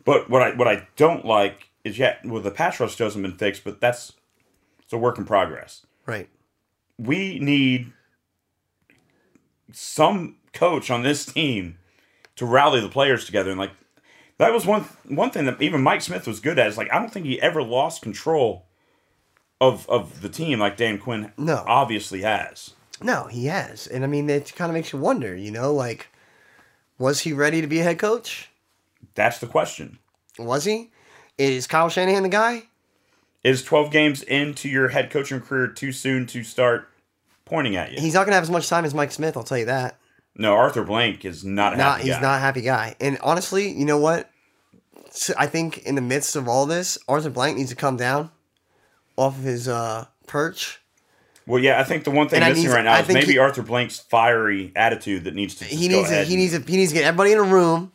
But what I what I don't like is yet well the pass rush hasn't been fixed, but that's it's a work in progress.
right.
we need some coach on this team to rally the players together and like that was one one thing that even Mike Smith was good at is like I don't think he ever lost control of of the team like Dan Quinn
No.
obviously has.
No, he has, and I mean, it kind of makes you wonder. You know, like, was he ready to be a head coach?
That's the question.
Was he? Is Kyle Shanahan the guy?
Is 12 games into your head coaching career too soon to start pointing at you?
He's not going to have as much time as Mike Smith. I'll tell you that.
no, Arthur Blank is not a
Not
happy
he's
guy.
not a happy guy. And honestly, you know what? S- I think in the midst of all this, Arthur Blank needs to come down off of his uh, perch.
Well, yeah, I think the one thing
And I
missing
need-
right now
I
is
think
maybe
he-
Arthur Blank's fiery attitude that needs to just
he
go
needs to,
ahead
he
and-
needs to, he needs to get everybody in a room,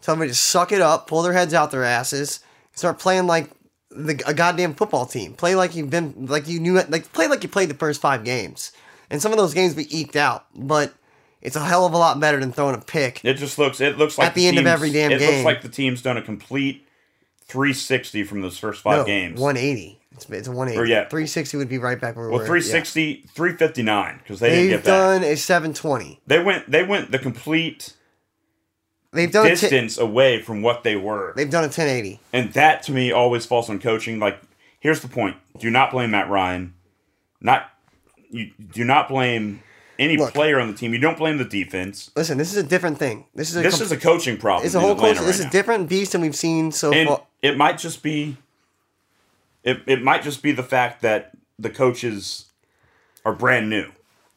tell them to suck it up, pull their heads out their asses, start playing like the a goddamn football team. Play like you've been like you knew like play like you played the first five games. And some of those games we eked out, but it's a hell of a lot better than throwing a pick.
It just looks. It looks like
At the end of
team's-
every damn
it
game.
looks like the team's done a complete 360 from those first five
No,
games.
180. It's, it's a 180.
Or, yeah.
360 would be right back where we
well,
were.
360, 359 because they
Yeah.
didn't
They've
get that.
done a 720.
They went. They went the complete
They've done a ti-
distance away from what they were,
they've done a 1080.
and that to me always falls on coaching. Like, here's the point: do not blame Matt Ryan. Not you. Do not blame any
Look.
player on the team. You don't blame the defense.
Listen, this is a different thing. This is a
This
com-
is a coaching problem.
it's a
in
whole
Atlanta
culture.
right
this
now.
is different beast than we've seen so
and
far.
it might just be it, it might just be the fact that the coaches are brand new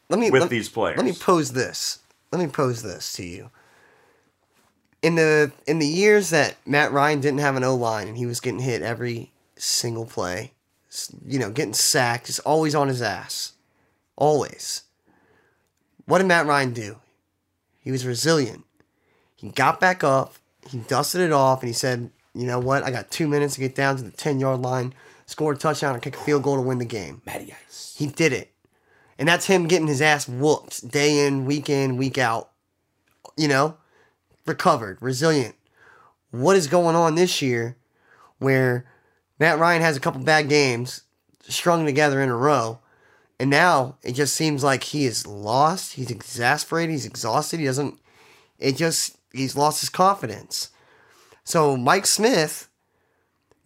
Let me
with
let-
these players.
Let me pose this. Let me pose this to you. In the in the years that Matt Ryan didn't have an O line and he was getting hit every single play, s- you know, getting sacked, just always on his ass, always. What did Matt Ryan do? He was resilient. He got back up. He dusted it off, and he said, "You know what? I got two minutes to get down to the ten yard line, score a touchdown, and kick a field goal to win the game."
Matty Ice.
He did it. And that's him getting his ass whooped day in, week in, week out. You know, recovered, resilient. What is going on this year where Matt Ryan has a couple bad games strung together in a row? And now it just seems like he is lost. He's exasperated. He's exhausted. He doesn't, it just, he's lost his confidence. So Mike Smith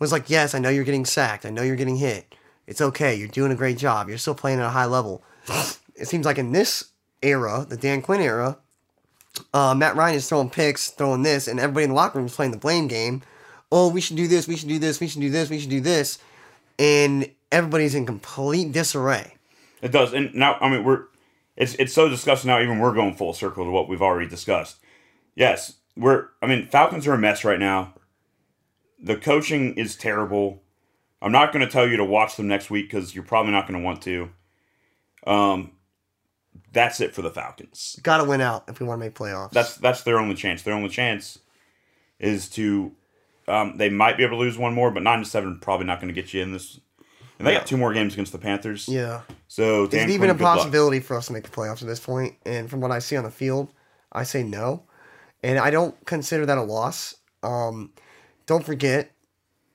was like, Yes, I know you're getting sacked. I know you're getting hit. It's okay. You're doing a great job. You're still playing at a high level. it seems like in this era, the Dan Quinn era, uh, Matt Ryan is throwing picks, throwing this, and everybody in the locker room is playing the blame game. Oh, we should do this. We should do this. We should do this. We should do this. And everybody's in complete disarray.
It does, and now I mean we're it's it's so disgusting now. Even we're going full circle to what we've already discussed. Yes, we're. I mean, Falcons are a mess right now. The coaching is terrible. I'm not going to tell you to watch them next week because you're probably not going to want to. Um, that's it for the Falcons.
Got to win out if we want to make playoffs.
That's that's their only chance. Their only chance is to um, they might be able to lose one more, but nine to seven probably not going to get you in this. And they got two more games against the Panthers.
yeah.
So Dan
is it even
Quinn,
a
good luck.
possibility for us to make the playoffs at this point? And from what I see on the field, I say no. And I don't consider that a loss. Um, don't forget,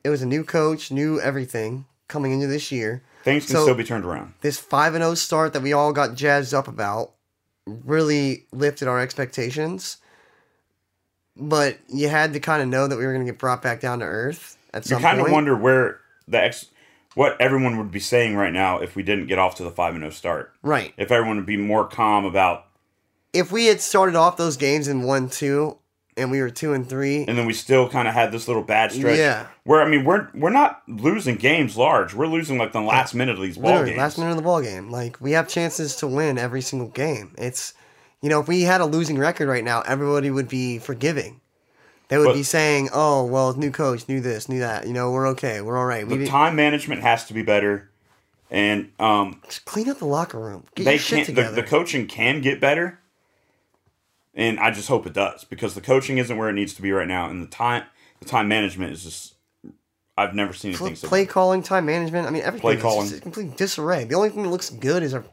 it was a new coach, new everything coming into this year.
Things can
So-
still be turned around.
This 5 and 0 start that we all got jazzed up about really lifted our expectations. But you had to kind of know that we were going to get brought back down to earth at
You
some
kind of
point.
wonder where the ex, what everyone would be saying right now if we didn't get off to the five and zero start.
right.
If everyone would be more calm about,
If we had started off those games in 1 2 and we were 2 and 3,
and then we still kind of had this little bad stretch.
Yeah.
Where I mean, we're we're not losing games large. We're losing like the last minute of these ball
Uh, Literally,
games.
last minute of the ball game. Like we have chances to win every single game. It's you know, if we had a losing record right now, everybody would be forgiving. They would
But-
be saying, "Oh, well, new coach, new this, new that. You know, we're okay. We're all right. We
The
did-
time management has to be better, and um,
just clean up the locker room. Get
they
your shit
can't. The,
together."
the coaching can get better, and I just hope it does because the coaching isn't where it needs to be right now, and the time the time management is just. I've never seen
Pl-
anything so
play calling, time management. I mean, everything. Play
calling.
calling. Just complete disarray. The only thing that looks good is our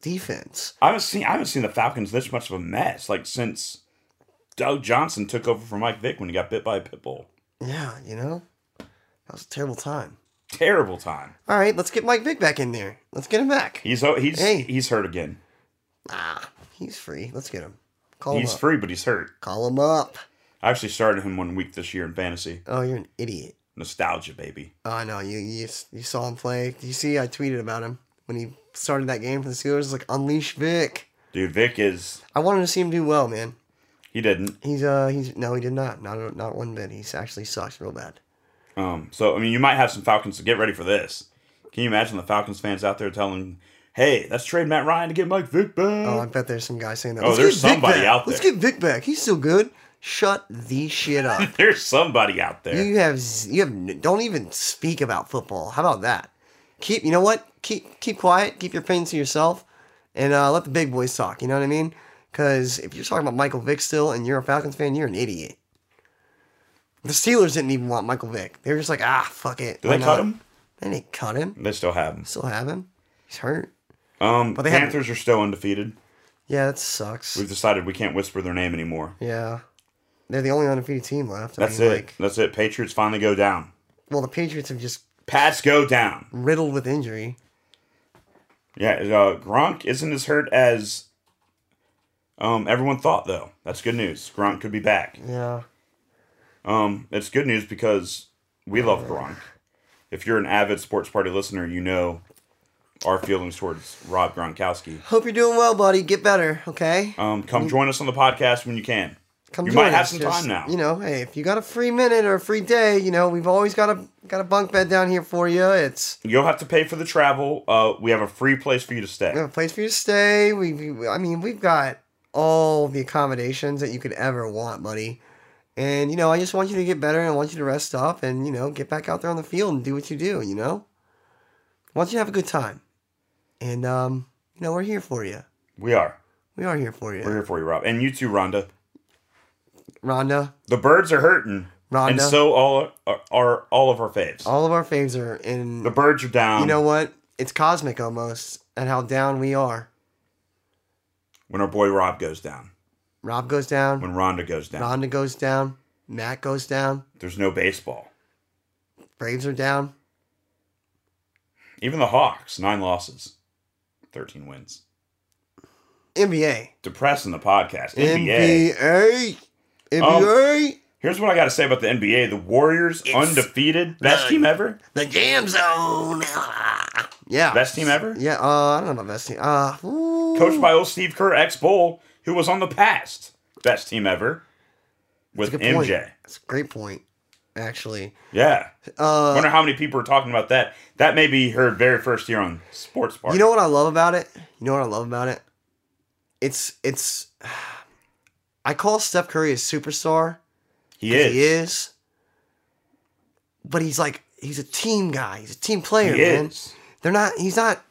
defense.
I haven't seen I haven't seen the Falcons this much of a mess like since Doug Johnson took over from Mike Vick when he got bit by a pit bull.
Yeah, you know, that was a terrible time.
Terrible time.
All right, let's get Mike Vick back in there. Let's get him back.
He's oh, he's
Hey.
he's hurt again.
Ah, he's free. Let's get him. Call him
He's
up.
free, but he's hurt.
Call him up.
I actually started him one week this year in fantasy.
Oh, you're an idiot.
Nostalgia, baby.
Oh, I know. You, you you saw him play. You see, I tweeted about him when he started that game for the Steelers. It's like unleash Vic.
Dude, Vic is
I wanted to see him do well, man.
he didn't.
He's uh he's no, he did not. Not not one bit. He's actually sucks real bad.
Um so I mean you might have some Falcons to get ready for this. Can you imagine the Falcons fans out there telling, Hey, let's trade Matt Ryan to get Mike Vick back?
Oh, I bet there's some guy saying that.
Oh, there's
get Vic
somebody
back.
out
Let's
there."
get Vic back. He's still good. Shut the shit up.
There's somebody out there.
You have z- you have n- don't even speak about football. How about that? Keep you know what? Keep keep quiet. Keep your opinions to yourself, and uh, let the big boys talk. You know what I mean? Because if you're talking about Michael Vick still, and you're a Falcons fan, you're an idiot. The Steelers didn't even want Michael Vick. They were just like, ah, fuck it.
Did
why
they cut
not?
him?
They didn't cut him.
They still have him.
Still have him. He's hurt.
Um
they haven't-
Panthers are still undefeated.
Yeah, that sucks.
We've decided we can't whisper their name anymore.
Yeah, they're the only undefeated team left. I
That's
mean,
it.
Like,
That's it. Patriots finally go down.
well, the Patriots have just
Pats go down.
riddled with injury.
Yeah, uh, Gronk isn't as hurt as um, everyone thought, though. That's good news. Gronk could be back.
Yeah.
Um, it's good news because we love Gronk. If you're an avid sports party listener, you know our feelings towards Rob Gronkowski.
Hope you're doing well, buddy. Get better, okay?
Um, come join us on the podcast when you can.
Come
you
join
might have
us,
some
just,
time now.
You know, hey, if you got a free minute or a free day, you know, we've always got a got a bunk bed down here for you. It's
You don't have to pay for the travel. Uh, we have a free place for you to stay.
we have a place for you to stay. We, we I mean, we've got all the accommodations that you could ever want, buddy. And you know, I just want you to get better and I want you to rest up and you know, get back out there on the field and do what you do, you know? I want you to have a good time. And um, you know, we're here for you.
We are.
We are here for
We're
you.
here for you, Rob. And you too, Rhonda.
Rhonda,
The birds are hurting. And
Rhonda.
so all are, are all of our faves.
all of our faves are in
the birds are down.
You know what? It's cosmic almost and how down we are.
when our boy Rob goes down,
Rob goes down,
when Rhonda goes down,
Rhonda goes down, Matt goes down,
there's no baseball.
Braves are down.
Even the Hawks, nine losses, thirteen wins.
NBA.
Depressing the podcast. NBA.
NBA. NBA.
Um, Here's what I got to say about the NBA: the Warriors undefeated, best
None.
team ever,
the jam zone. yeah.
best team ever,
Yeah, uh, I don't know about best team. Uh, ooh.
coached by old Steve Kerr, ex Bull, who was on the past best team ever with
That's a good
MJ.
point. That's a great point, actually.
Yeah,
Uh,
wonder how many people are talking about that. That may be her very first year on Sports Bar.
You know what I love about it? You know what I love about it? It's it's. I call Steph Curry a superstar.
he is.
He is. But he's like he's a team guy. He's a team
He
player, man.
is.
They're not. He's not.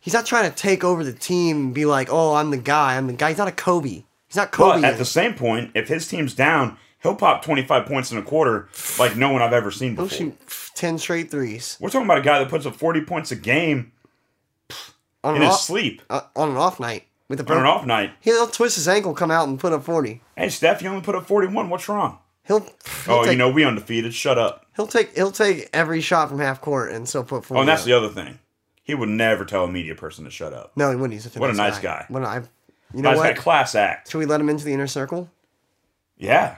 He's not trying to take over the team and be like, "Oh, I'm the guy. I'm the guy." He's not a Kobe. He's not Kobe.
But at the same point, if his team's down, he'll pop 25 points in a quarter like no one I've ever seen
He'll
before.
shoot pff, ten straight threes
We're talking about a guy that puts up 40 points a game
on
in
an
his
off,
sleep
uh, on an off night with a
on an
broken.
off night.
He'll twist his ankle, come out and put up forty.
Hey, Steph, you only put up 41. What's wrong?
He'll. pff, he'll
Oh,
take,
you know, we undefeated. Shut up.
He'll take. He'll take every shot from half court and still put forty.
Oh, and that's
up.
the other thing. He would never tell a media person to shut up.
No, he wouldn't. He's such a
What a
nice
nice guy.
What I. You know
That's
what?
that class act.
Should we let him into the inner circle?
Yeah.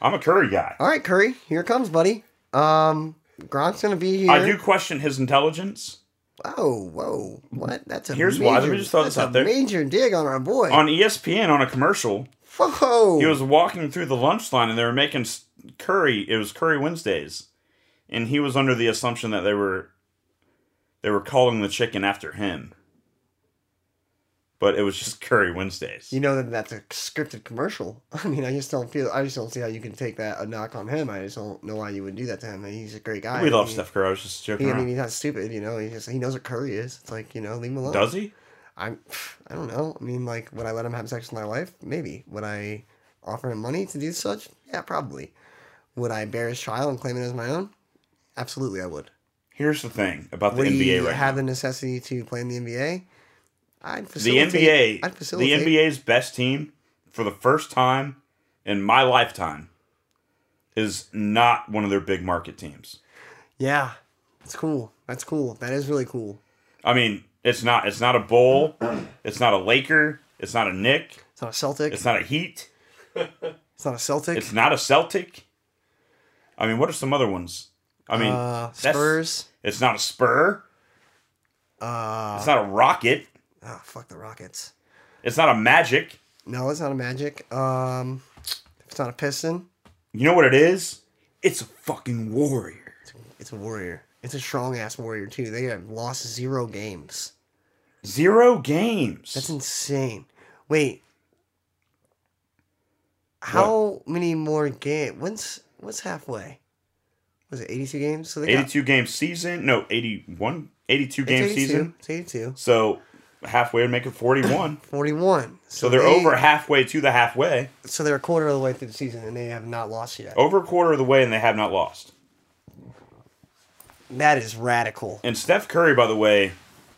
I'm a Curry guy.
All right, Curry, here it comes, buddy. Um, Gronk's gonna be here.
I do question his intelligence.
Oh, whoa! What? That's a
Here's
major,
why. Let me just throw this
that's a
out there.
Major dig on our boy.
On E ESPN, on a commercial,
whoa!
he was walking through the lunch line and they were making s- curry it was curry wednesdays and he was under the assumption that they were they were calling the chicken after him but it was just curry wednesdays
you know that that's a scripted commercial. I mean, I just don't feel. I just don't see how you can take that a knock on him. I just don't know why you would do that to him. He's a great guy.
we love
he,
Steph Curry. I was just joking
He, I mean,
around.
he's not stupid. You know, he just he knows what curry is. It's like you know, leave him alone.
Does he?
I'm. I don't know. I mean, like, would I let him have sex with my wife? Maybe. Would I offer him money to do such? Yeah, probably. Would I bear his child and claim it as my own? Absolutely, I would.
Here's the thing about the
we
NBA right
have
now.
the necessity to play in the NBA. I'd
The
facilitate.
NBA,
I'd
the
facilitate.
NBA's best team for the first time in my lifetime is not one of their big market teams.
Yeah, it's cool. That's cool. That is really cool.
I mean, it's not it's not a bull, it's not a Laker, it's not a Nick,
It's not a Celtic.
It's
It's,
not a Heat.
not a Celtic.
It's not a Celtic. I mean, what are some other ones? I mean,
uh,
that's-
Spurs.
It's not a Spur.
Uh,
It's not a Rocket.
ah, fuck the Rockets.
It's not a Magic.
No, it's not a Magic. Um, it's not a Piston.
You know what it is? It's a fucking Warrior.
It's a Warrior. It's a strong ass Warrior too. They have lost zero games.
Zero games.
That's insane. Wait, how many more games? When's what's halfway? Was it eighty-two games? So they got-
82 game season. No, 81. 82
it's
game
82,
season.
It's 82.
So halfway would make it 41.
41.
so they're
they-
over halfway to the halfway.
So they're a quarter of the way through the season and they have not lost yet.
Over a quarter of the way, and they have not lost.
That is radical.
And Steph Curry, by the way,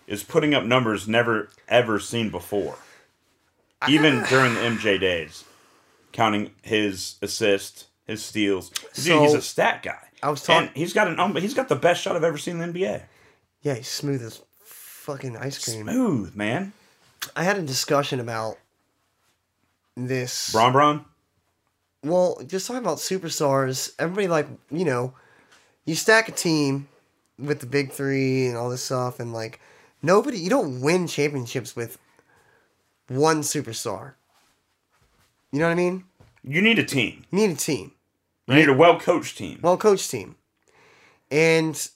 is putting up numbers never ever seen before. Even during the MJ days, counting his assists, his steals. Dude, he's
So-
a stat guy.
I was talking-
And he's got an um, he's got the best shot I've ever seen in the NBA.
Yeah, he's smooth as fucking ice cream.
Smooth, man.
I had a discussion about this.
Bron Bron.
Well, just talking about superstars, everybody like you know, you stack a team with the big three and all this stuff, and like Nobody, you don't win championships with one superstar. You know what I mean?
You need a team.
You need a team,
You need a well coached team.
well coached team. And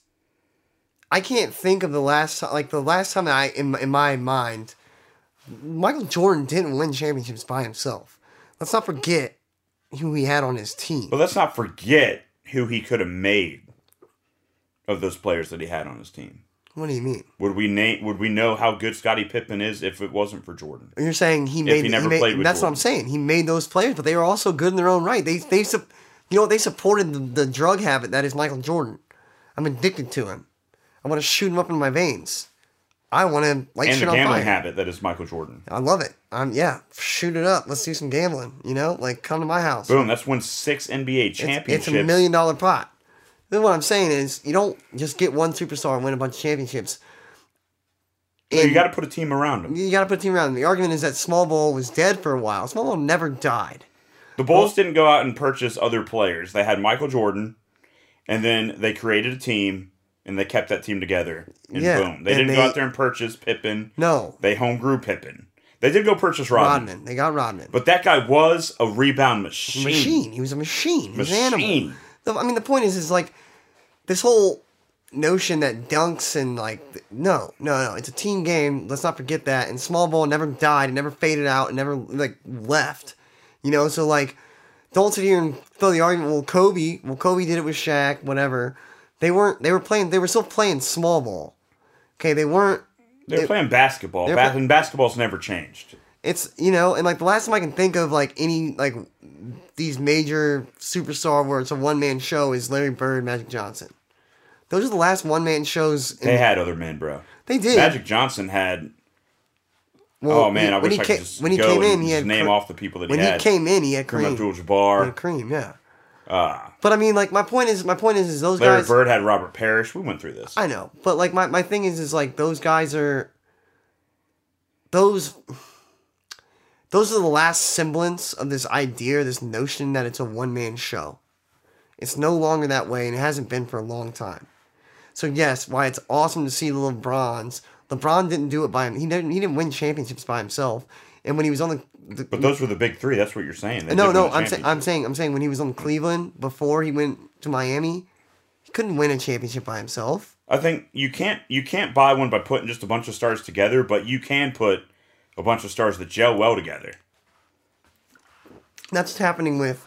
I can't think of the last time, like the last time I, in, in my mind, Michael Jordan didn't win championships by himself. Let's not forget who he had on his team.
but let's not forget who he could have made of those players that he had on his team.
What do you mean?
Would we name? Would we know how good Scottie Pippen is if it wasn't for Jordan?
You're saying he made.
he never
made-
played with
that's what I'm
Jordan.
saying. He made those players, but they were also good in their own right. They they sup- you know what? they supported the, the drug habit that is Michael Jordan. I'm addicted to him. I want to shoot him up in my veins. I want to light
And
shit
the
on
gambling
fire.
habit that is Michael Jordan.
I love it. I'm yeah. Shoot it up. Let's do some gambling. You know, like come to my house.
Boom. That's won six NBA
It's-
championships.
It's a million dollar pot. Then what I'm saying is, you don't just get one superstar and win a bunch of championships.
So you
And-
got to put a team around him.
you got to put a team around him. The argument is that Small Ball was dead for a while. Small Ball never died.
The Bulls didn't go out and purchase other players. They had Michael Jordan, and then they created a team and they kept that team together. And
Yeah,
boom. They
and
didn't
they-
go out there and purchase Pippen.
No,
They homegrew Pippen. They did go purchase Rodman.
Rodman. They got Rodman.
But that guy was a rebound machine.
machine. He was a machine. He was an animal.
Machine.
The- I mean, the point is, is like this whole notion that dunks and like th- no, no, no. It's a team game. Let's not forget that. And small ball never died. It never faded out. It never like left. You know. So like, don't sit here and throw the argument. Well, Kobe. Well, Kobe did it with Shaq. Whatever. They weren't. They were playing. They were still playing small ball. Okay. They weren't.
They were playing basketball.
They're
Ba-
pla-
and basketball's never changed.
it's you know and like the last time i can think of like any like these major superstar where it's a one-man show is larry bird magic johnson those are the last one-man shows in,
They had other men, bro.
they did
Magic Johnson had.
Well,
oh man,
he-
I
when
wish
he
I
came,
could just
when he
go
came
and
in he
just
had
name
cre-
off the people that
when
he
he,
had.
came in he had
Kareem
cream He had
Abdul-Jabbar,
cream yeah
uh,
but i mean like my point is my point is, is those
Larry
guys
Bird had Robert Parrish. We went through this.
I know, but like my, my thing is is like those guys are those those are the last semblance of this idea, this notion that it's a one man show. It's no longer that way, and it hasn't been for a long time. So yes, why it's awesome to see the LeBrons. LeBron didn't do it by him. He didn't. He didn't win championships by himself. And when he was on the, the
But those were the big three. That's what you're saying. They
no,
did
no,
win
I'm saying, I'm saying, I'm saying, when he was on Cleveland before he went to Miami, he couldn't win a championship by himself.
I think you can't you can't buy one by putting just a bunch of stars together, but you can put a bunch of stars that gel well together.
that's what's happening with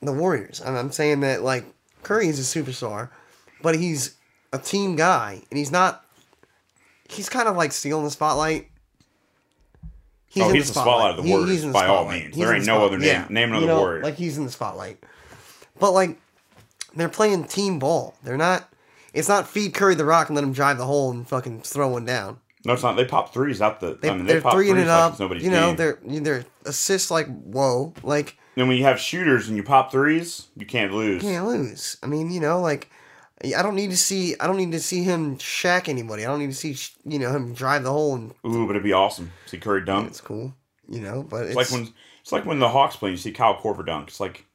the Warriors. And I'm saying that like Curry is a superstar, but he's a team guy, and he's not. He's kind of like stealing the spotlight.
Oh, he's the spotlight of the Warriors, by all means. There
in
ain't
the
no
spot-
other name- name another Warrior.
Like he's in the spotlight, but like they're playing team ball. They're not. It's not feed Curry the rock and let him drive the hole and fucking throw one down.
No, it's not. They pop threes out the.
They,
I mean, they
they're
pop
three
threes
and it
like
up.
it's nobody's
You know,
game.
they're they're assists like whoa, like
And when you have shooters and you pop threes, you can't lose.
can't lose. I mean, you know, like I don't need to see I don't need to see him shack anybody. I don't need to see sh- you know him drive the hole and
Ooh, but it'd be awesome. See Curry dunk.
it's cool, you know. But it's,
It's, like when it's like when the Hawks play. You see Kyle Korver dunk. It's like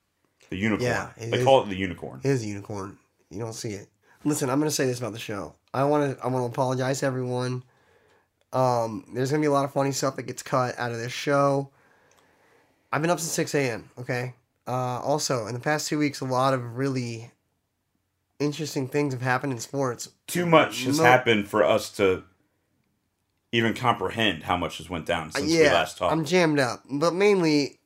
the unicorn.
Yeah, it
they
is.
call it the unicorn.
it is a unicorn. You don't see it. Listen, I'm gonna say this about the show. I want to I want to apologize to everyone. Um, there's gonna be a lot of funny stuff that gets cut out of this show. I've been up since 6 a.m. Okay. Uh, also, in the past two weeks, a lot of really interesting things have happened in sports.
Too much has
No.
happened for us to even comprehend how much has went down since we last talked.
I'm jammed up, but mainly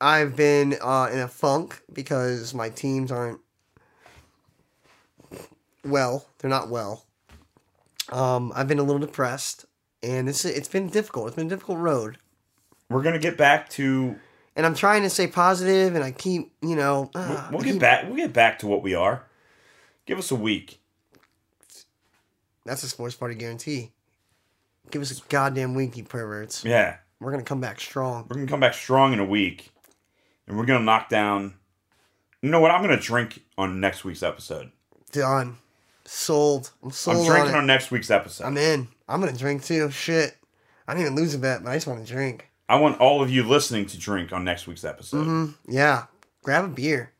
I've been uh, in a funk because my teams aren't well. They're not well. Um, I've been a little depressed, and this it's been difficult. It's been a difficult road,
We're gonna get back to
and I'm trying to stay positive, and I keep you know.
we'll,
ah,
we'll
I
get
keep-
back we'll get back to what we are. Give us a week.
That's a sports party guarantee. Give us a goddamn week, you perverts.
Yeah,
We're gonna come back strong.
we're gonna come back strong in a week, and we're gonna knock down. You know what? I'm gonna drink on next week's episode.
Done. Sold. I'm sold.
I'm drinking
on it.
on next week's episode.
I'm in. I'm gonna drink too. Shit. I didn't even lose a bet, but I just want to drink.
I want all of you listening to drink on next week's episode.
Yeah. Grab a beer.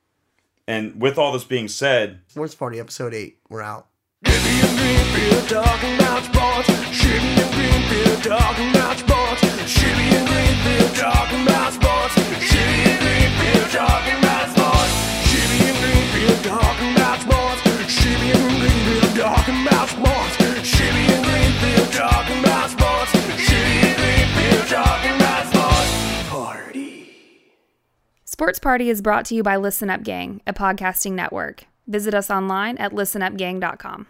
And with all this being said,
Sports Party Episode 8. We're out.
Give me a drink.
beer, talking about sports. Shimmy and green beer, talking about sports. Shimmy and green beer, talking about sports. Shimmy and green beer, talking about sports. Shimmy and green beer, talking about sports. Shimmy and green beer, talking about sports. Shimmy and green beer, talking about sports. Shimmy and green beer, talking about sports. Party.
Sports Party is brought to you by Listen Up Gang, a podcasting network. Visit us online at listenupgang.com.